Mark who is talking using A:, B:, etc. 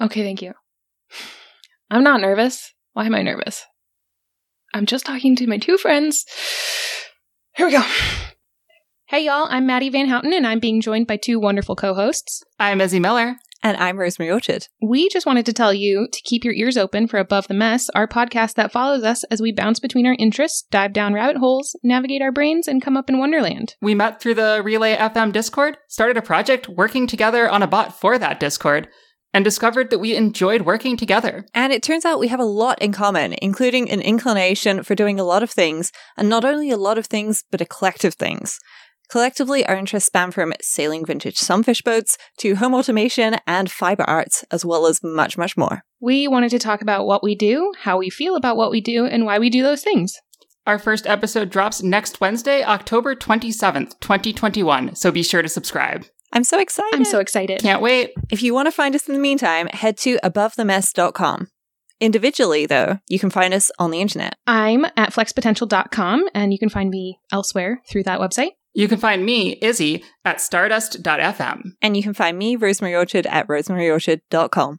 A: Okay, thank you. I'm not nervous. Why am I nervous? I'm just talking to my two friends. Here we go. Hey, y'all. I'm Maddie Van Houten, and I'm being joined by two wonderful co hosts.
B: I'm Izzy Miller.
C: And I'm Rosemary Orchard.
A: We just wanted to tell you to keep your ears open for Above the Mess, our podcast that follows us as we bounce between our interests, dive down rabbit holes, navigate our brains, and come up in Wonderland.
B: We met through the Relay FM Discord, started a project working together on a bot for that Discord, and discovered that we enjoyed working together.
C: And it turns out we have a lot in common, including an inclination for doing a lot of things, and not only a lot of things, but a collective things. Collectively, our interests span from sailing vintage sunfish boats to home automation and fiber arts, as well as much, much more.
A: We wanted to talk about what we do, how we feel about what we do, and why we do those things.
B: Our first episode drops next Wednesday, October 27th, 2021, so be sure to subscribe.
C: I'm so excited.
A: I'm so excited.
B: Can't wait.
C: If you want to find us in the meantime, head to abovethemess.com. Individually, though, you can find us on the internet.
A: I'm at flexpotential.com, and you can find me elsewhere through that website.
B: You can find me, Izzy, at stardust.fm.
C: And you can find me, Rosemary Orchard, at rosemaryorchard.com.